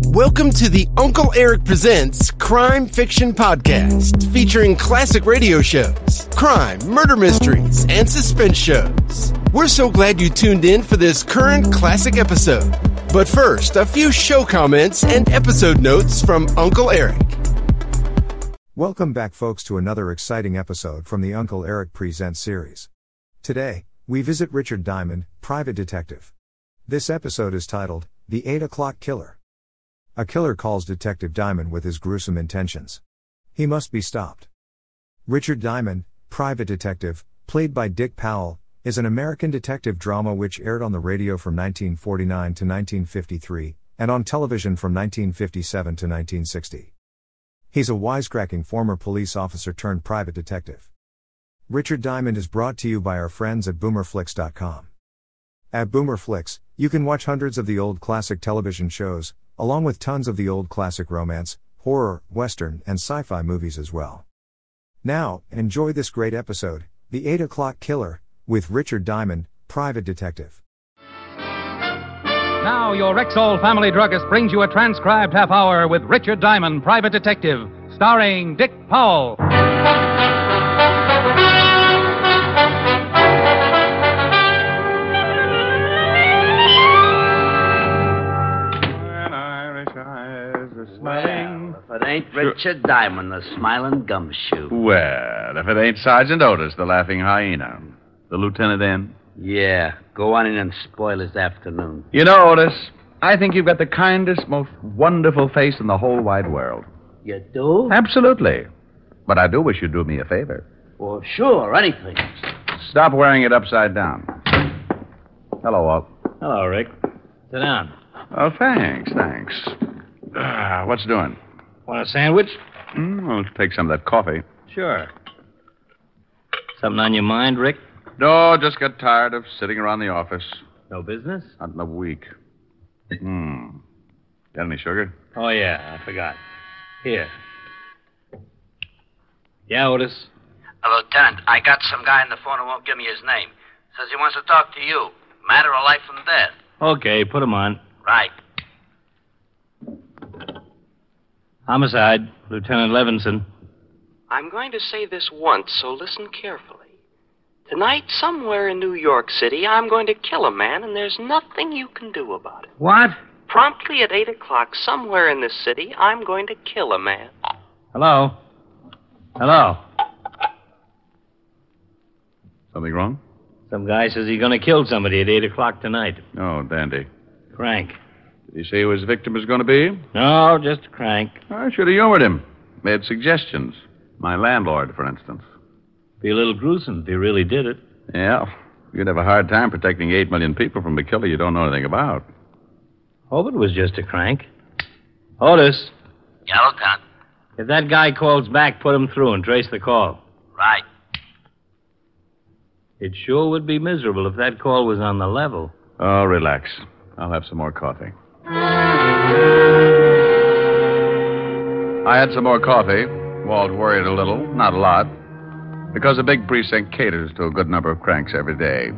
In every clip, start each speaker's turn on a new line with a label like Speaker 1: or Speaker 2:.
Speaker 1: Welcome to the Uncle Eric Presents Crime Fiction Podcast, featuring classic radio shows, crime, murder mysteries, and suspense shows. We're so glad you tuned in for this current classic episode. But first, a few show comments and episode notes from Uncle Eric.
Speaker 2: Welcome back, folks, to another exciting episode from the Uncle Eric Presents series. Today, we visit Richard Diamond, private detective. This episode is titled, The 8 O'Clock Killer. A killer calls Detective Diamond with his gruesome intentions. He must be stopped. Richard Diamond, private detective, played by Dick Powell, is an American detective drama which aired on the radio from 1949 to 1953, and on television from 1957 to 1960. He's a wisecracking former police officer turned private detective. Richard Diamond is brought to you by our friends at boomerflix.com. At Boomerflix, you can watch hundreds of the old classic television shows, along with tons of the old classic romance, horror, western, and sci fi movies as well. Now, enjoy this great episode The 8 O'Clock Killer, with Richard Diamond, private detective.
Speaker 3: Now, your Rexall family druggist brings you a transcribed half hour with Richard Diamond, private detective, starring Dick Powell.
Speaker 4: An Irish eyes are smiling.
Speaker 5: Well, if it ain't Richard Diamond, the smiling gumshoe.
Speaker 4: Well, if it ain't Sergeant Otis, the laughing hyena. The lieutenant in.
Speaker 5: Yeah, go on in and spoil his afternoon.
Speaker 4: You know, Otis, I think you've got the kindest, most wonderful face in the whole wide world.
Speaker 5: You do?
Speaker 4: Absolutely. But I do wish you'd do me a favor.
Speaker 5: Well, sure, anything.
Speaker 4: Stop wearing it upside down. Hello, Walt.
Speaker 5: Hello, Rick. Sit down.
Speaker 4: Oh, thanks, thanks. Ah, what's doing?
Speaker 5: Want a sandwich?
Speaker 4: Mm, I'll take some of that coffee.
Speaker 5: Sure. Something on your mind, Rick?
Speaker 4: No, just got tired of sitting around the office.
Speaker 5: No business?
Speaker 4: Not in a week. Hmm. Got any sugar?
Speaker 5: Oh, yeah, I forgot. Here. Yeah, Otis? Lieutenant, I got some guy on the phone who won't give me his name. Says he wants to talk to you. Matter of life and death.
Speaker 6: Okay, put him on.
Speaker 5: Right.
Speaker 6: Homicide, Lieutenant Levinson.
Speaker 7: I'm going to say this once, so listen carefully. Tonight, somewhere in New York City, I'm going to kill a man, and there's nothing you can do about it.
Speaker 6: What?
Speaker 7: Promptly at 8 o'clock, somewhere in this city, I'm going to kill a man.
Speaker 6: Hello? Hello?
Speaker 4: Something wrong?
Speaker 6: Some guy says he's gonna kill somebody at 8 o'clock tonight.
Speaker 4: Oh, dandy.
Speaker 6: Crank.
Speaker 4: Did he say who his victim was going to be?
Speaker 6: No, just a crank.
Speaker 4: I should have humored him. Made suggestions. My landlord, for instance.
Speaker 6: Be a little gruesome if he really did it.
Speaker 4: Yeah. You'd have a hard time protecting eight million people from a killer you don't know anything about.
Speaker 6: Hope it was just a crank. Otis,
Speaker 5: Yeah, Lieutenant.
Speaker 6: if that guy calls back, put him through and trace the call.
Speaker 5: Right.
Speaker 6: It sure would be miserable if that call was on the level.
Speaker 4: Oh, relax. I'll have some more coffee. I had some more coffee. Walt worried a little, not a lot, because the big precinct caters to a good number of cranks every day.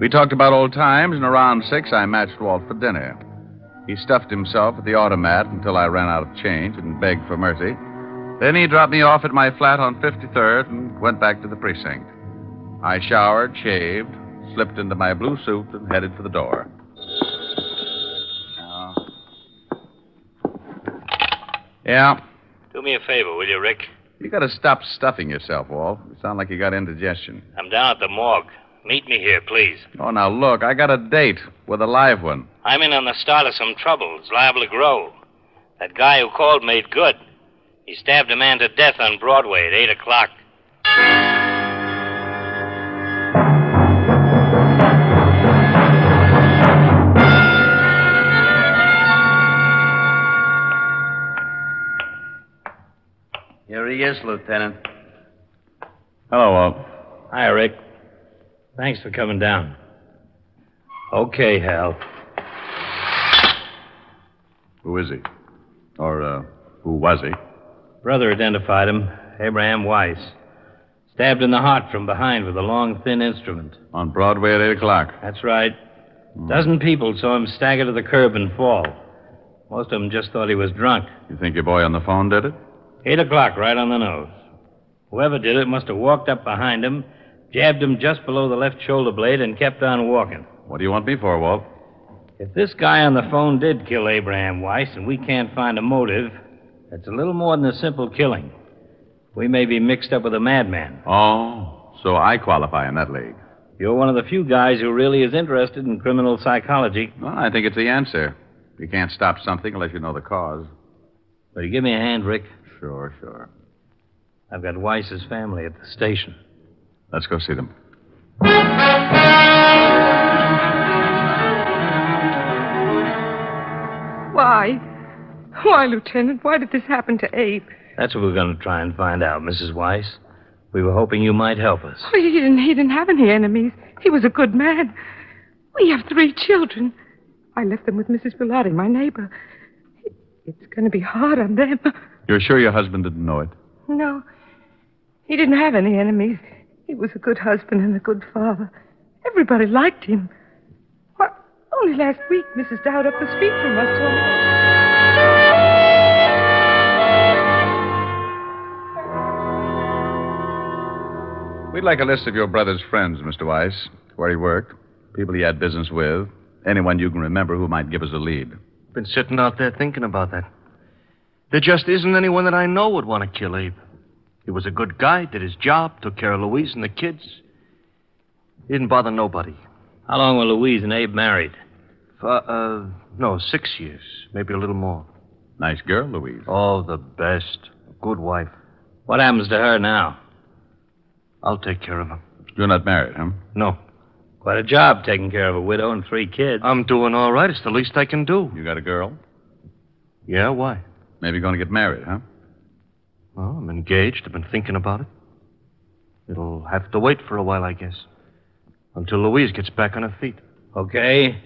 Speaker 4: We talked about old times, and around six, I matched Walt for dinner. He stuffed himself at the automat until I ran out of change and begged for mercy. Then he dropped me off at my flat on 53rd and went back to the precinct. I showered, shaved, slipped into my blue suit, and headed for the door. Yeah.
Speaker 6: Do me a favor, will you, Rick?
Speaker 4: You gotta stop stuffing yourself, Walt. You sound like you got indigestion.
Speaker 6: I'm down at the morgue. Meet me here, please.
Speaker 4: Oh, now look, I got a date with a live one.
Speaker 6: I'm in on the start of some trouble. It's liable to grow. That guy who called made good. He stabbed a man to death on Broadway at 8 o'clock.
Speaker 5: Here he is, Lieutenant.
Speaker 4: Hello, Walt.
Speaker 6: Hi, Rick. Thanks for coming down. Okay, Hal.
Speaker 4: Who is he? Or, uh, who was he?
Speaker 6: Brother identified him, Abraham Weiss. Stabbed in the heart from behind with a long, thin instrument.
Speaker 4: On Broadway at 8 o'clock. Hmm.
Speaker 6: That's right. Dozen people saw him stagger to the curb and fall. Most of them just thought he was drunk.
Speaker 4: You think your boy on the phone did it?
Speaker 6: Eight o'clock, right on the nose. Whoever did it must have walked up behind him, jabbed him just below the left shoulder blade, and kept on walking.
Speaker 4: What do you want me for, Walt?
Speaker 6: If this guy on the phone did kill Abraham Weiss and we can't find a motive, it's a little more than a simple killing. We may be mixed up with a madman.
Speaker 4: Oh, so I qualify in that league.
Speaker 6: You're one of the few guys who really is interested in criminal psychology.
Speaker 4: Well, I think it's the answer. You can't stop something unless you know the cause.
Speaker 6: Will you give me a hand, Rick?
Speaker 4: Sure, sure.
Speaker 6: I've got Weiss's family at the station.
Speaker 4: Let's go see them.
Speaker 8: Why? Why, Lieutenant? Why did this happen to Abe?
Speaker 6: That's what we're going to try and find out, Mrs. Weiss. We were hoping you might help us.
Speaker 8: Oh, he didn't. He didn't have any enemies. He was a good man. We have three children. I left them with Mrs. Bellotti, my neighbor. It- It's going to be hard on them.
Speaker 4: You're sure your husband didn't know it?
Speaker 8: No, he didn't have any enemies. He was a good husband and a good father. Everybody liked him. Why, only last week, Mrs. Dowd up the street from us saw.
Speaker 4: We'd like a list of your brother's friends, Mr. Weiss. Where he worked, people he had business with, anyone you can remember who might give us a lead.
Speaker 9: Been sitting out there thinking about that. There just isn't anyone that I know would want to kill Abe. He was a good guy, did his job, took care of Louise and the kids. He didn't bother nobody.
Speaker 6: How long were Louise and Abe married?
Speaker 9: For, uh, no, six years, maybe a little more.
Speaker 4: Nice girl, Louise.
Speaker 9: Oh, the best. Good wife.
Speaker 6: What happens to her now?
Speaker 9: I'll take care of him.
Speaker 4: You're not married, huh?
Speaker 9: No,
Speaker 6: Quite a job taking care of a widow and three kids.
Speaker 9: I'm doing all right. It's the least I can do.
Speaker 4: You got a girl?
Speaker 9: Yeah, why?
Speaker 4: Maybe going to get married, huh?
Speaker 9: Well, I'm engaged. I've been thinking about it. It'll have to wait for a while, I guess. Until Louise gets back on her feet.
Speaker 6: Okay.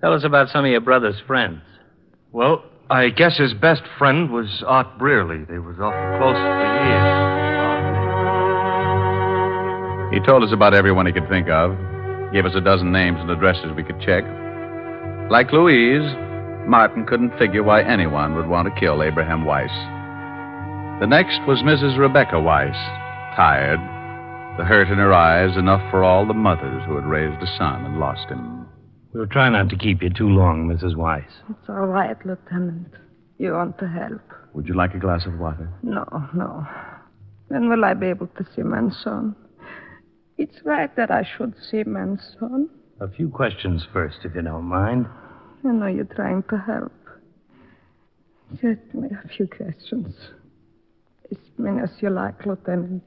Speaker 6: Tell us about some of your brother's friends.
Speaker 9: Well, I guess his best friend was Art Brearley. They was awful close for years.
Speaker 4: He told us about everyone he could think of, gave us a dozen names and addresses we could check. Like Louise, Martin couldn't figure why anyone would want to kill Abraham Weiss. The next was Mrs. Rebecca Weiss, tired, the hurt in her eyes enough for all the mothers who had raised a son and lost him.
Speaker 6: We'll try not to keep you too long, Mrs. Weiss.
Speaker 8: It's all right, Lieutenant. You want to help?
Speaker 4: Would you like a glass of water?
Speaker 8: No, no. When will I be able to see Manson? It's right that I should see Manson.
Speaker 6: A few questions first, if you don't mind.
Speaker 8: I know you're trying to help. Just me a few questions. As many as you like, Lieutenant.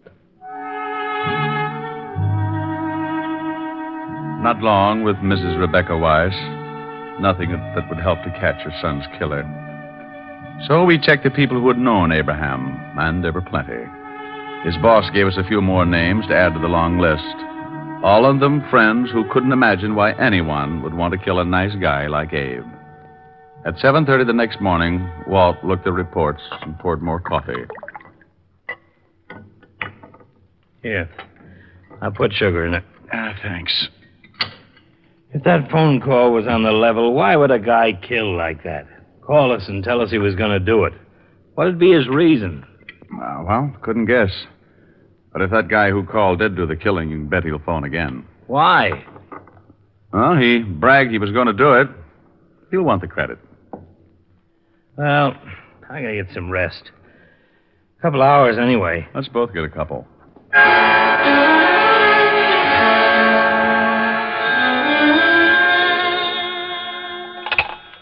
Speaker 4: Not long with Mrs. Rebecca Weiss. Nothing that that would help to catch her son's killer. So we checked the people who had known Abraham, and there were plenty. His boss gave us a few more names to add to the long list. All of them friends who couldn't imagine why anyone would want to kill a nice guy like Abe. At 7:30 the next morning, Walt looked at reports and poured more coffee.
Speaker 6: Here. I put sugar in it.
Speaker 4: Ah, thanks.
Speaker 6: If that phone call was on the level, why would a guy kill like that? Call us and tell us he was going to do it. What'd be his reason?
Speaker 4: Uh, well, couldn't guess. But if that guy who called did do the killing, you can bet he'll phone again.
Speaker 6: Why?
Speaker 4: Well, he bragged he was going to do it. He'll want the credit.
Speaker 6: Well, I gotta get some rest. A couple hours anyway.
Speaker 4: Let's both get a couple.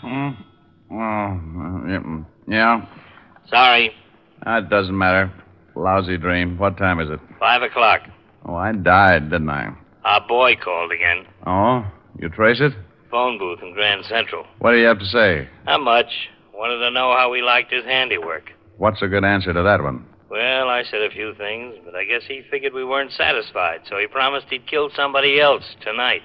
Speaker 4: Hmm. Well, uh, yeah, mm, yeah,
Speaker 6: Sorry,
Speaker 4: that doesn't matter. Lousy dream. What time is it?
Speaker 6: five o'clock.
Speaker 4: Oh, I died, didn't I?
Speaker 6: Our boy called again.
Speaker 4: Oh, you trace it?
Speaker 6: Phone booth in Grand Central.
Speaker 4: What do you have to say?
Speaker 6: How much? Wanted to know how we liked his handiwork.
Speaker 4: What's a good answer to that one?
Speaker 6: Well, I said a few things, but I guess he figured we weren't satisfied, so he promised he'd kill somebody else tonight.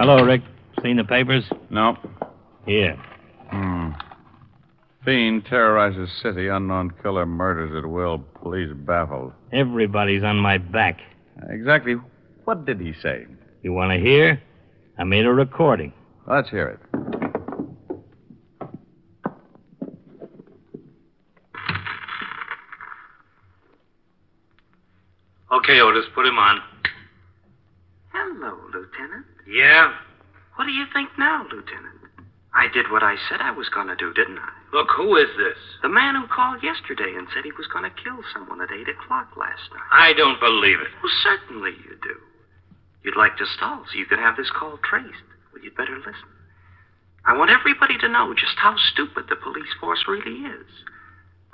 Speaker 6: Hello, Rick. Seen the papers?
Speaker 4: Nope.
Speaker 6: Here.
Speaker 4: Hmm. Fiend terrorizes city, unknown killer murders at will, police baffled.
Speaker 6: Everybody's on my back.
Speaker 4: Exactly what did he say?
Speaker 6: You want to hear? I made a recording.
Speaker 4: Let's hear it.
Speaker 5: Okay, Otis, put him on.
Speaker 7: Hello, Lieutenant.
Speaker 5: Yeah?
Speaker 7: What do you think now, Lieutenant? I did what I said I was going to do, didn't I?
Speaker 5: Look, who is this?
Speaker 7: The man who called yesterday and said he was going to kill someone at 8 o'clock last night.
Speaker 5: I don't believe it.
Speaker 7: Well, certainly you do. You'd like to stall so you can have this call traced. Well, you'd better listen. I want everybody to know just how stupid the police force really is.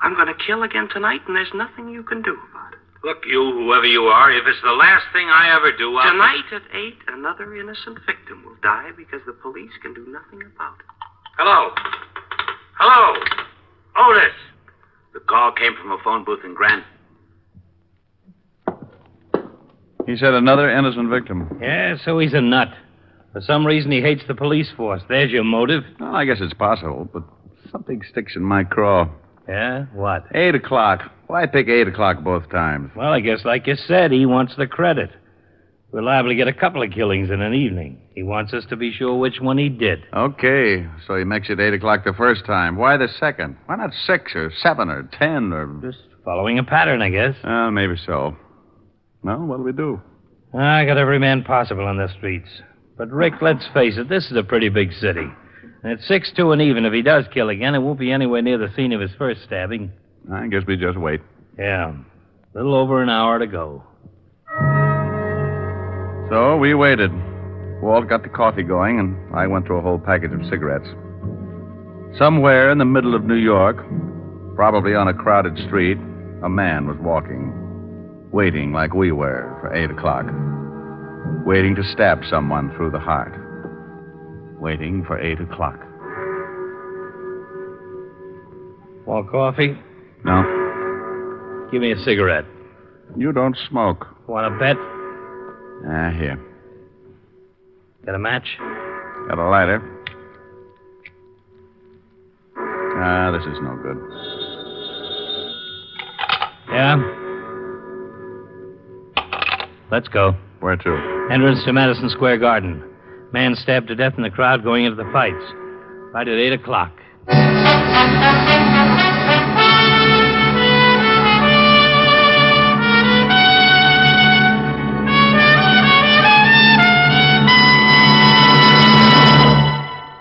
Speaker 7: I'm going to kill again tonight, and there's nothing you can do about it.
Speaker 5: Look, you, whoever you are, if it's the last thing I ever do, I'll.
Speaker 7: Tonight at 8, another innocent victim will die because the police can do nothing about it.
Speaker 5: Hello. Hello. Otis. The call came from a phone booth in Grand.
Speaker 4: He said another innocent victim.
Speaker 6: Yeah, so he's a nut. For some reason, he hates the police force. There's your motive.
Speaker 4: Well, I guess it's possible, but something sticks in my craw.
Speaker 6: Yeah? What?
Speaker 4: Eight o'clock. Why pick eight o'clock both times?
Speaker 6: Well, I guess, like you said, he wants the credit. We're liable to get a couple of killings in an evening. He wants us to be sure which one he did.
Speaker 4: Okay, so he makes it eight o'clock the first time. Why the second? Why not six or seven or ten or.
Speaker 6: Just following a pattern, I guess.
Speaker 4: Uh, maybe so. No, what'll we do?
Speaker 6: I got every man possible on the streets. But, Rick, let's face it, this is a pretty big city. And it's 6 2 and even. If he does kill again, it won't be anywhere near the scene of his first stabbing.
Speaker 4: I guess we just wait.
Speaker 6: Yeah. A little over an hour to go.
Speaker 4: So we waited. Walt got the coffee going, and I went through a whole package of cigarettes. Somewhere in the middle of New York, probably on a crowded street, a man was walking, waiting like we were for 8 o'clock, waiting to stab someone through the heart, waiting for 8 o'clock.
Speaker 6: Want coffee?
Speaker 4: No,
Speaker 6: Give me a cigarette.
Speaker 4: you don't smoke.
Speaker 6: Want to bet?
Speaker 4: Ah, here.
Speaker 6: Got a match?
Speaker 4: Got a lighter. Ah, this is no good.
Speaker 6: Yeah? Let's go.
Speaker 4: Where to?
Speaker 6: Entrance to Madison Square Garden. Man stabbed to death in the crowd going into the fights. Right at 8 o'clock.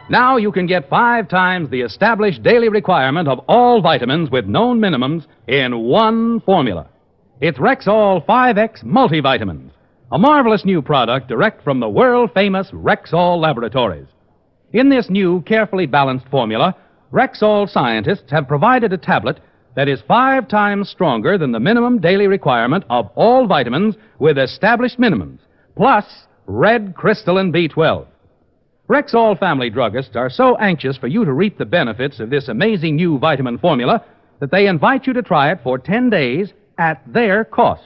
Speaker 3: Now you can get five times the established daily requirement of all vitamins with known minimums in one formula. It's Rexall 5X Multivitamins, a marvelous new product direct from the world famous Rexall laboratories. In this new, carefully balanced formula, Rexall scientists have provided a tablet that is five times stronger than the minimum daily requirement of all vitamins with established minimums, plus red crystalline B12. Rexall family druggists are so anxious for you to reap the benefits of this amazing new vitamin formula that they invite you to try it for 10 days at their cost.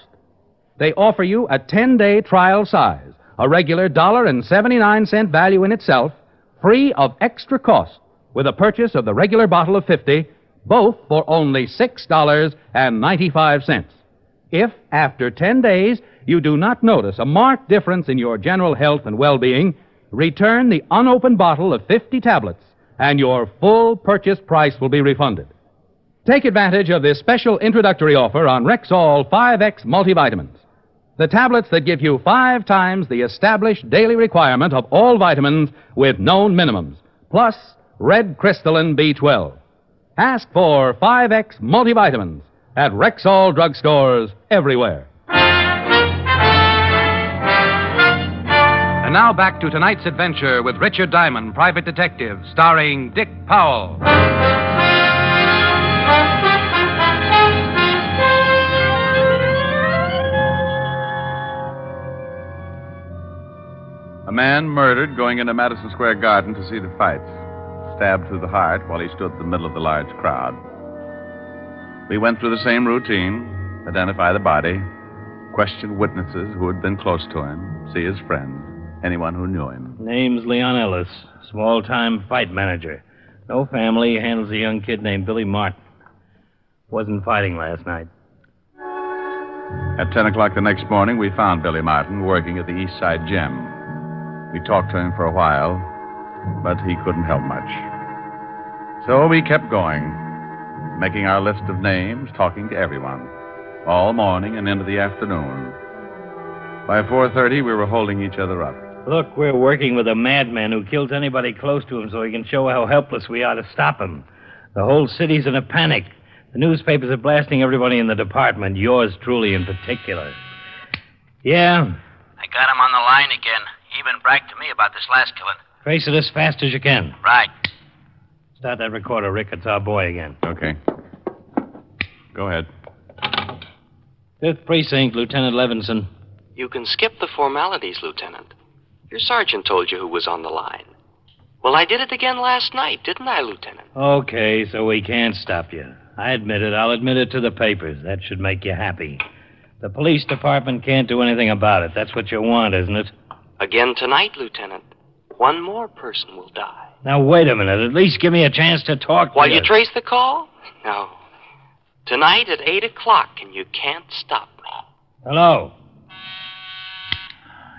Speaker 3: They offer you a 10 day trial size, a regular $1.79 value in itself, free of extra cost, with a purchase of the regular bottle of 50, both for only $6.95. If, after 10 days, you do not notice a marked difference in your general health and well being, return the unopened bottle of 50 tablets, and your full purchase price will be refunded. Take advantage of this special introductory offer on Rexall 5X multivitamins. The tablets that give you five times the established daily requirement of all vitamins with known minimums, plus red crystalline B12. Ask for 5X multivitamins at Rexall drugstores everywhere. And now back to tonight's adventure with Richard Diamond, Private Detective, starring Dick Powell.
Speaker 4: A man murdered going into Madison Square Garden to see the fights. Stabbed through the heart while he stood in the middle of the large crowd. We went through the same routine identify the body, question witnesses who had been close to him, see his friends, anyone who knew him.
Speaker 6: Name's Leon Ellis, small time fight manager. No family. He handles a young kid named Billy Martin. Wasn't fighting last night.
Speaker 4: At 10 o'clock the next morning, we found Billy Martin working at the East Side Gym. We talked to him for a while, but he couldn't help much. So we kept going, making our list of names, talking to everyone, all morning and into the afternoon. By 4.30, we were holding each other up.
Speaker 6: Look, we're working with a madman who kills anybody close to him so he can show how helpless we are to stop him. The whole city's in a panic. The newspapers are blasting everybody in the department, yours truly in particular. Yeah,
Speaker 5: I got him on the line again. He even bragged to me about this last killing.
Speaker 6: trace it as fast as you can.
Speaker 5: Right.
Speaker 6: Start that recorder, Rick. It's our boy again.
Speaker 4: Okay. Go ahead.
Speaker 6: Fifth Precinct, Lieutenant Levinson.
Speaker 7: You can skip the formalities, Lieutenant. Your sergeant told you who was on the line. Well, I did it again last night, didn't I, Lieutenant?
Speaker 6: Okay, so we can't stop you. I admit it. I'll admit it to the papers. That should make you happy. The police department can't do anything about it. That's what you want, isn't it?
Speaker 7: Again tonight, Lieutenant. One more person will die.
Speaker 6: Now, wait a minute. At least give me a chance to talk
Speaker 7: While
Speaker 6: to
Speaker 7: you trace the call? No. Tonight at 8 o'clock, and you can't stop me.
Speaker 6: Hello.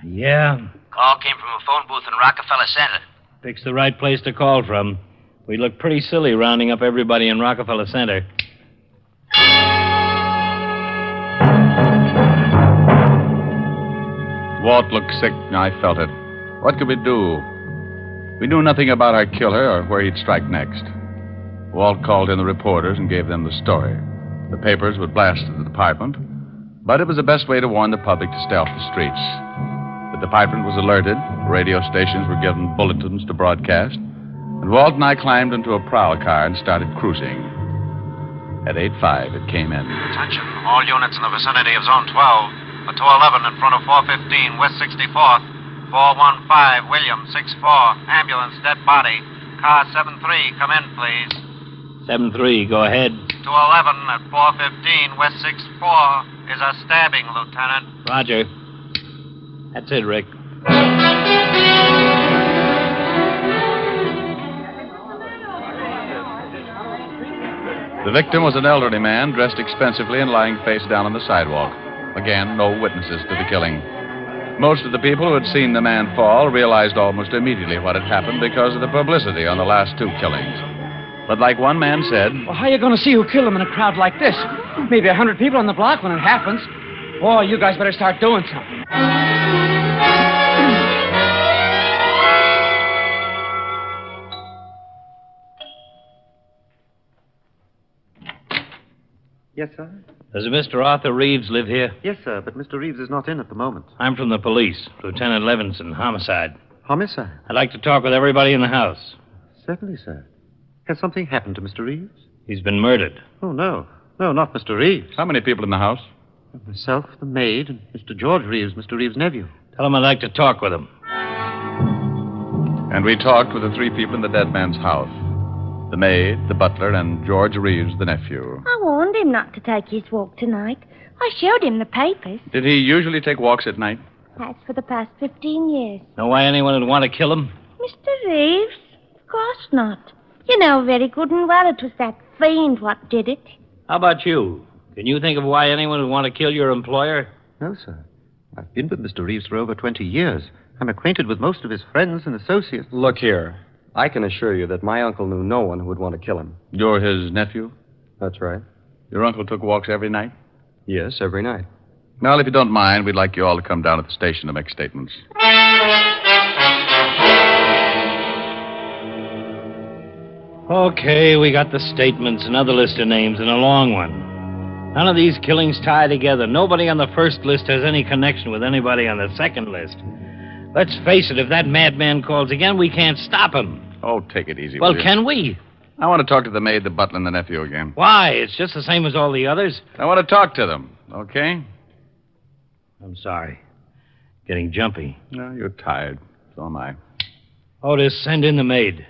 Speaker 6: Yeah,
Speaker 5: Call came from a phone booth in Rockefeller Center.
Speaker 6: picks the right place to call from. We look pretty silly rounding up everybody in Rockefeller Center.
Speaker 4: Walt looked sick, and I felt it. What could we do? We knew nothing about our killer or where he'd strike next. Walt called in the reporters and gave them the story. The papers would blast the department, but it was the best way to warn the public to stay off the streets. The department was alerted, radio stations were given bulletins to broadcast, and Walt and I climbed into a prowl car and started cruising. At 8.5, it came in.
Speaker 10: Attention, all units in the vicinity of Zone 12. The 211 in front of 415 West 64th. 415 William 64. Ambulance, dead body. Car 73, come in, please.
Speaker 6: 7 3, go ahead.
Speaker 10: 211 at 415 West 64 is a stabbing, Lieutenant.
Speaker 6: Roger. That's it, Rick.
Speaker 4: The victim was an elderly man dressed expensively and lying face down on the sidewalk. Again, no witnesses to the killing. Most of the people who had seen the man fall realized almost immediately what had happened because of the publicity on the last two killings. But like one man said,
Speaker 11: Well, how you going to see who killed him in a crowd like this? Maybe a hundred people on the block when it happens. Boy, you guys better start doing something.
Speaker 12: Yes, sir?
Speaker 6: Does Mr. Arthur Reeves live here?
Speaker 12: Yes, sir, but Mr. Reeves is not in at the moment.
Speaker 6: I'm from the police, Lieutenant Levinson, homicide.
Speaker 12: Homicide?
Speaker 6: I'd like to talk with everybody in the house.
Speaker 12: Certainly, sir. Has something happened to Mr. Reeves?
Speaker 6: He's been murdered.
Speaker 12: Oh, no. No, not Mr. Reeves.
Speaker 4: How many people in the house?
Speaker 12: Myself, the maid, and Mr. George Reeves, Mr. Reeves' nephew.
Speaker 6: Tell him I'd like to talk with him.
Speaker 4: And we talked with the three people in the dead man's house the maid, the butler, and George Reeves, the nephew.
Speaker 13: I warned him not to take his walk tonight. I showed him the papers.
Speaker 4: Did he usually take walks at night?
Speaker 13: That's for the past 15 years.
Speaker 6: Know why anyone would want to kill him?
Speaker 13: Mr. Reeves? Of course not. You know very good and well it was that fiend what did it.
Speaker 6: How about you? Can you think of why anyone would want to kill your employer?
Speaker 12: No, sir. I've been with Mr. Reeves for over 20 years. I'm acquainted with most of his friends and associates.
Speaker 14: Look here. I can assure you that my uncle knew no one who would want to kill him.
Speaker 4: You're his nephew?
Speaker 14: That's right.
Speaker 4: Your uncle took walks every night?
Speaker 14: Yes, every night.
Speaker 4: Well, if you don't mind, we'd like you all to come down to the station to make statements.
Speaker 6: Okay, we got the statements, another list of names, and a long one. None of these killings tie together. Nobody on the first list has any connection with anybody on the second list. Let's face it, if that madman calls again, we can't stop him.
Speaker 4: Oh, take it easy.
Speaker 6: Well,
Speaker 4: will you?
Speaker 6: can we?
Speaker 4: I want to talk to the maid, the butler, and the nephew again.
Speaker 6: Why? It's just the same as all the others.
Speaker 4: I want to talk to them, okay?
Speaker 6: I'm sorry. Getting jumpy.
Speaker 4: No, you're tired. So am I.
Speaker 6: Otis, send in the maid.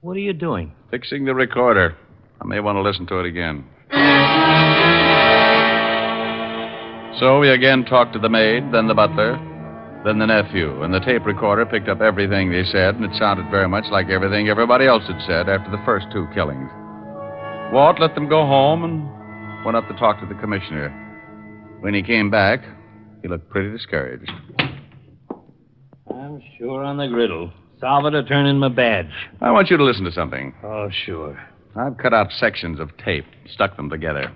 Speaker 6: What are you doing?
Speaker 4: Fixing the recorder. I may want to listen to it again. So we again talked to the maid, then the butler, Then the nephew and the tape recorder picked up everything they said, and it sounded very much like everything everybody else had said after the first two killings. Walt let them go home and went up to talk to the commissioner. When he came back, he looked pretty discouraged.
Speaker 6: I'm sure on the griddle. Salvador turn in my badge.
Speaker 4: I want you to listen to something.
Speaker 6: Oh, sure.
Speaker 4: I've cut out sections of tape, stuck them together.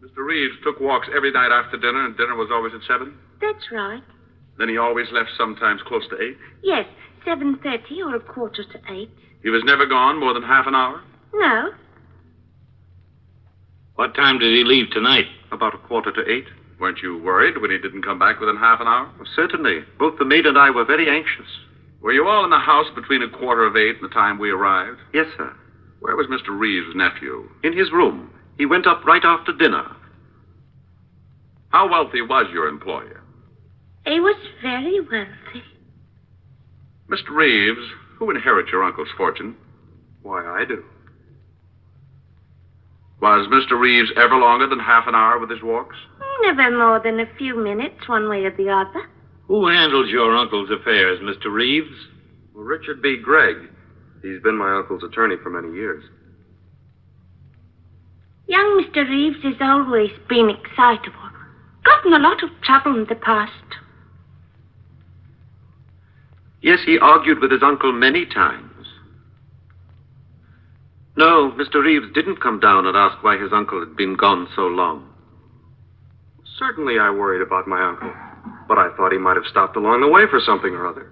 Speaker 15: Mr. Reeves took walks every night after dinner, and dinner was always at seven.
Speaker 13: That's right.
Speaker 15: Then he always left sometimes close to eight.
Speaker 13: Yes, 7.30 or a quarter to 8.
Speaker 15: He was never gone more than half an hour.
Speaker 13: No,
Speaker 15: What time did he leave tonight? About a quarter to eight. Weren't you worried when he didn't come back within half an hour? certainly. Both the maid and I were very anxious. Were you all in the house between a quarter of eight and the time we arrived?
Speaker 7: Yes, sir.
Speaker 15: Where was Mr. Reeves' nephew?
Speaker 7: In his room. He went up right after dinner.
Speaker 15: How wealthy was your employer?
Speaker 13: he was very wealthy.
Speaker 15: Mr. Reeves, who inherits your uncle's fortune? Why, I do. Was Mr. Reeves ever longer than half an hour with his walks?
Speaker 13: Never more than a few minutes, one way or the other.
Speaker 16: Who handles your uncle's affairs, Mr. Reeves?
Speaker 17: Well, Richard B. Gregg. He's been my uncle's attorney for many years.
Speaker 13: Young Mr. Reeves has always been excitable. Got in a lot of trouble in the past.
Speaker 17: Yes, he argued with his uncle many times. No, Mr. Reeves didn't come down and ask why his uncle had been gone so long. Certainly I worried about my uncle, but I thought he might have stopped along the way for something or other.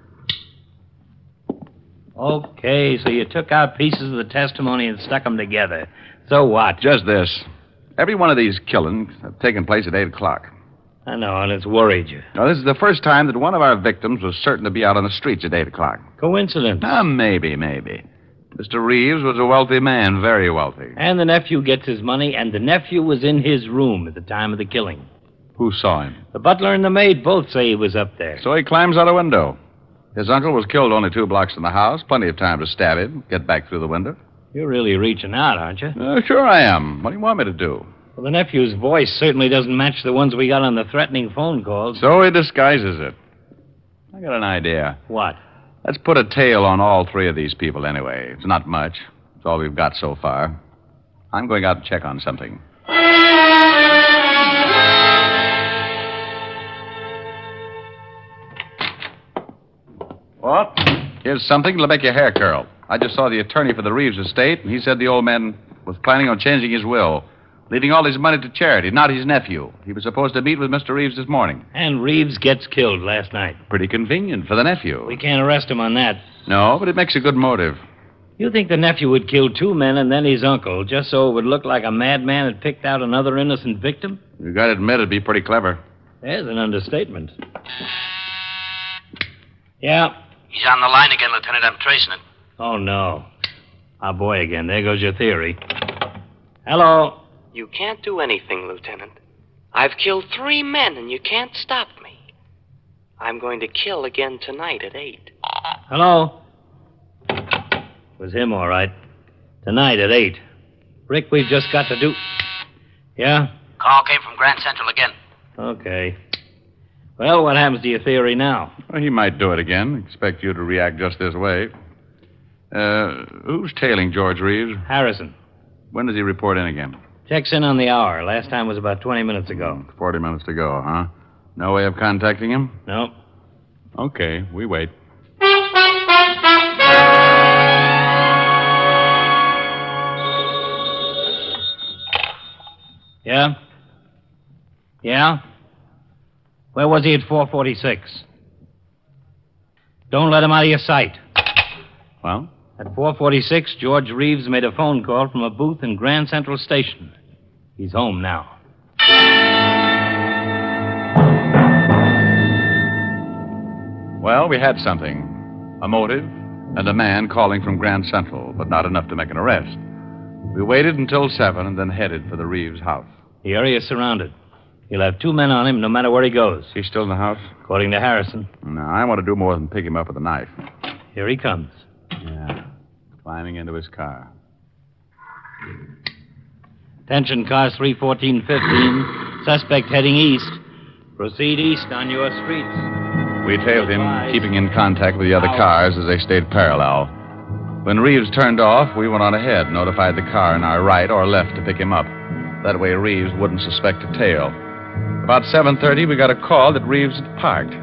Speaker 6: Okay, so you took out pieces of the testimony and stuck them together. So what?
Speaker 4: Just this. Every one of these killings have taken place at 8 o'clock.
Speaker 6: I know, and it's worried you.
Speaker 4: Now, this is the first time that one of our victims was certain to be out on the streets at 8 o'clock.
Speaker 6: Coincidence.
Speaker 4: Ah, maybe, maybe. Mr. Reeves was a wealthy man, very wealthy.
Speaker 6: And the nephew gets his money, and the nephew was in his room at the time of the killing.
Speaker 4: Who saw him?
Speaker 6: The butler and the maid both say he was up there.
Speaker 4: So he climbs out a window. His uncle was killed only two blocks from the house. Plenty of time to stab him, get back through the window.
Speaker 6: You're really reaching out, aren't you?
Speaker 4: Uh, sure I am. What do you want me to do?
Speaker 6: Well, the nephew's voice certainly doesn't match the ones we got on the threatening phone calls.
Speaker 4: So he disguises it. I got an idea.
Speaker 6: What?
Speaker 4: Let's put a tail on all three of these people anyway. It's not much. It's all we've got so far. I'm going out to check on something. What? Here's something that'll make your hair curl. I just saw the attorney for the Reeves estate, and he said the old man was planning on changing his will, leaving all his money to charity, not his nephew. He was supposed to meet with Mr. Reeves this morning.
Speaker 6: And Reeves gets killed last night.
Speaker 4: Pretty convenient for the nephew.
Speaker 6: We can't arrest him on that.
Speaker 4: No, but it makes a good motive.
Speaker 6: You think the nephew would kill two men and then his uncle, just so it would look like a madman had picked out another innocent victim?
Speaker 4: You gotta admit it'd be pretty clever.
Speaker 6: There's an understatement. Yeah.
Speaker 5: He's on the line again, Lieutenant. I'm tracing it.
Speaker 6: Oh, no. Our boy again. There goes your theory. Hello.
Speaker 18: You can't do anything, Lieutenant. I've killed three men, and you can't stop me. I'm going to kill again tonight at 8.
Speaker 6: Hello. It was him, all right. Tonight at 8. Rick, we've just got to do. Yeah?
Speaker 5: Call came from Grand Central again.
Speaker 6: Okay. Well, what happens to your theory now?
Speaker 4: Well, he might do it again. Expect you to react just this way. Uh, who's tailing George Reeves?
Speaker 6: Harrison.
Speaker 4: When does he report in again?
Speaker 6: Checks in on the hour. Last time was about 20 minutes ago.
Speaker 4: 40 minutes to go, huh? No way of contacting him?
Speaker 6: Nope.
Speaker 4: Okay, we wait.
Speaker 6: Yeah? Yeah? Where was he at 446? Don't let him out of your sight.
Speaker 4: Well?
Speaker 6: At 446, George Reeves made a phone call from a booth in Grand Central Station. He's home now.
Speaker 4: Well, we had something a motive and a man calling from Grand Central, but not enough to make an arrest. We waited until 7 and then headed for the Reeves house.
Speaker 6: The area is surrounded. He'll have two men on him no matter where he goes.
Speaker 4: He's still in the house?
Speaker 6: According to Harrison.
Speaker 4: No, I want to do more than pick him up with a knife.
Speaker 6: Here he comes.
Speaker 4: Yeah. Climbing into his car.
Speaker 6: Attention, cars 31415. Suspect heading east. Proceed east on your streets.
Speaker 4: We tailed him, keeping in contact with the other cars as they stayed parallel. When Reeves turned off, we went on ahead, notified the car on our right or left to pick him up. That way, Reeves wouldn't suspect a tail. About 7:30, we got a call that Reeves had parked.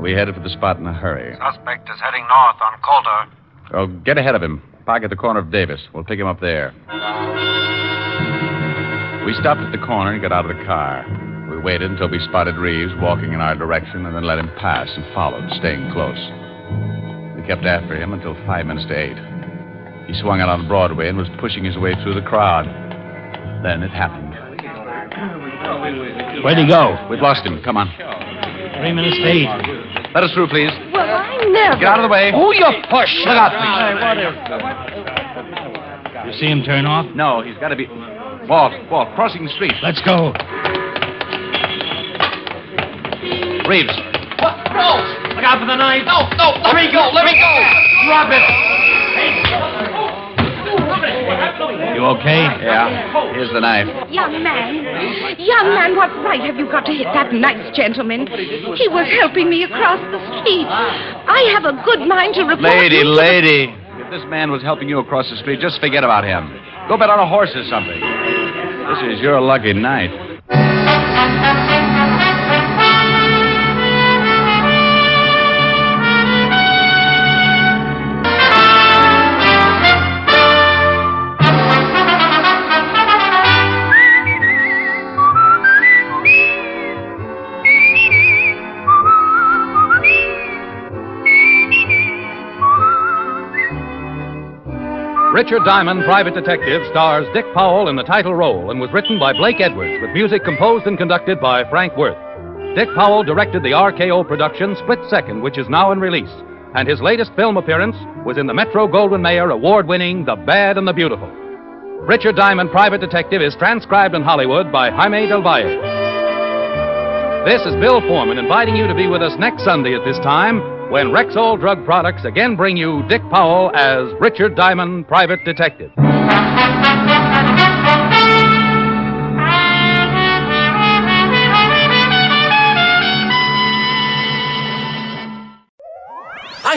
Speaker 4: We headed for the spot in a hurry.
Speaker 10: Suspect is heading north on Calder.
Speaker 4: Well, get ahead of him. Park at the corner of Davis. We'll pick him up there. We stopped at the corner and got out of the car. We waited until we spotted Reeves walking in our direction and then let him pass and followed, staying close. We kept after him until five minutes to eight. He swung out on Broadway and was pushing his way through the crowd. Then it happened.
Speaker 6: Where'd he go?
Speaker 4: We've lost him. Come on.
Speaker 6: Three minutes to eight.
Speaker 4: Let us through, please.
Speaker 13: Well, I never.
Speaker 4: Get out of the way.
Speaker 11: Who you
Speaker 6: Oh,
Speaker 11: push?
Speaker 4: Look out, please.
Speaker 6: You see him turn off?
Speaker 4: No, he's got to be. Walt, Walt, crossing the street.
Speaker 6: Let's go.
Speaker 4: Reeves.
Speaker 11: No! Look out for the knife! No, no, let me go! Let me go! Drop it!
Speaker 4: You okay? Yeah. Here's the knife.
Speaker 13: Young man, young man, what right have you got to hit that nice gentleman? He was helping me across the street. I have a good mind to report.
Speaker 4: Lady,
Speaker 13: him to the-
Speaker 4: lady. If this man was helping you across the street, just forget about him. Go bet on a horse or something. This is your lucky night.
Speaker 3: Richard Diamond, Private Detective, stars Dick Powell in the title role and was written by Blake Edwards with music composed and conducted by Frank Worth. Dick Powell directed the RKO production Split Second, which is now in release, and his latest film appearance was in the Metro Goldwyn Mayer award winning The Bad and the Beautiful. Richard Diamond, Private Detective, is transcribed in Hollywood by Jaime Del Valle. This is Bill Foreman inviting you to be with us next Sunday at this time when Rexall Drug Products again bring you Dick Powell as Richard Diamond, Private Detective.
Speaker 1: I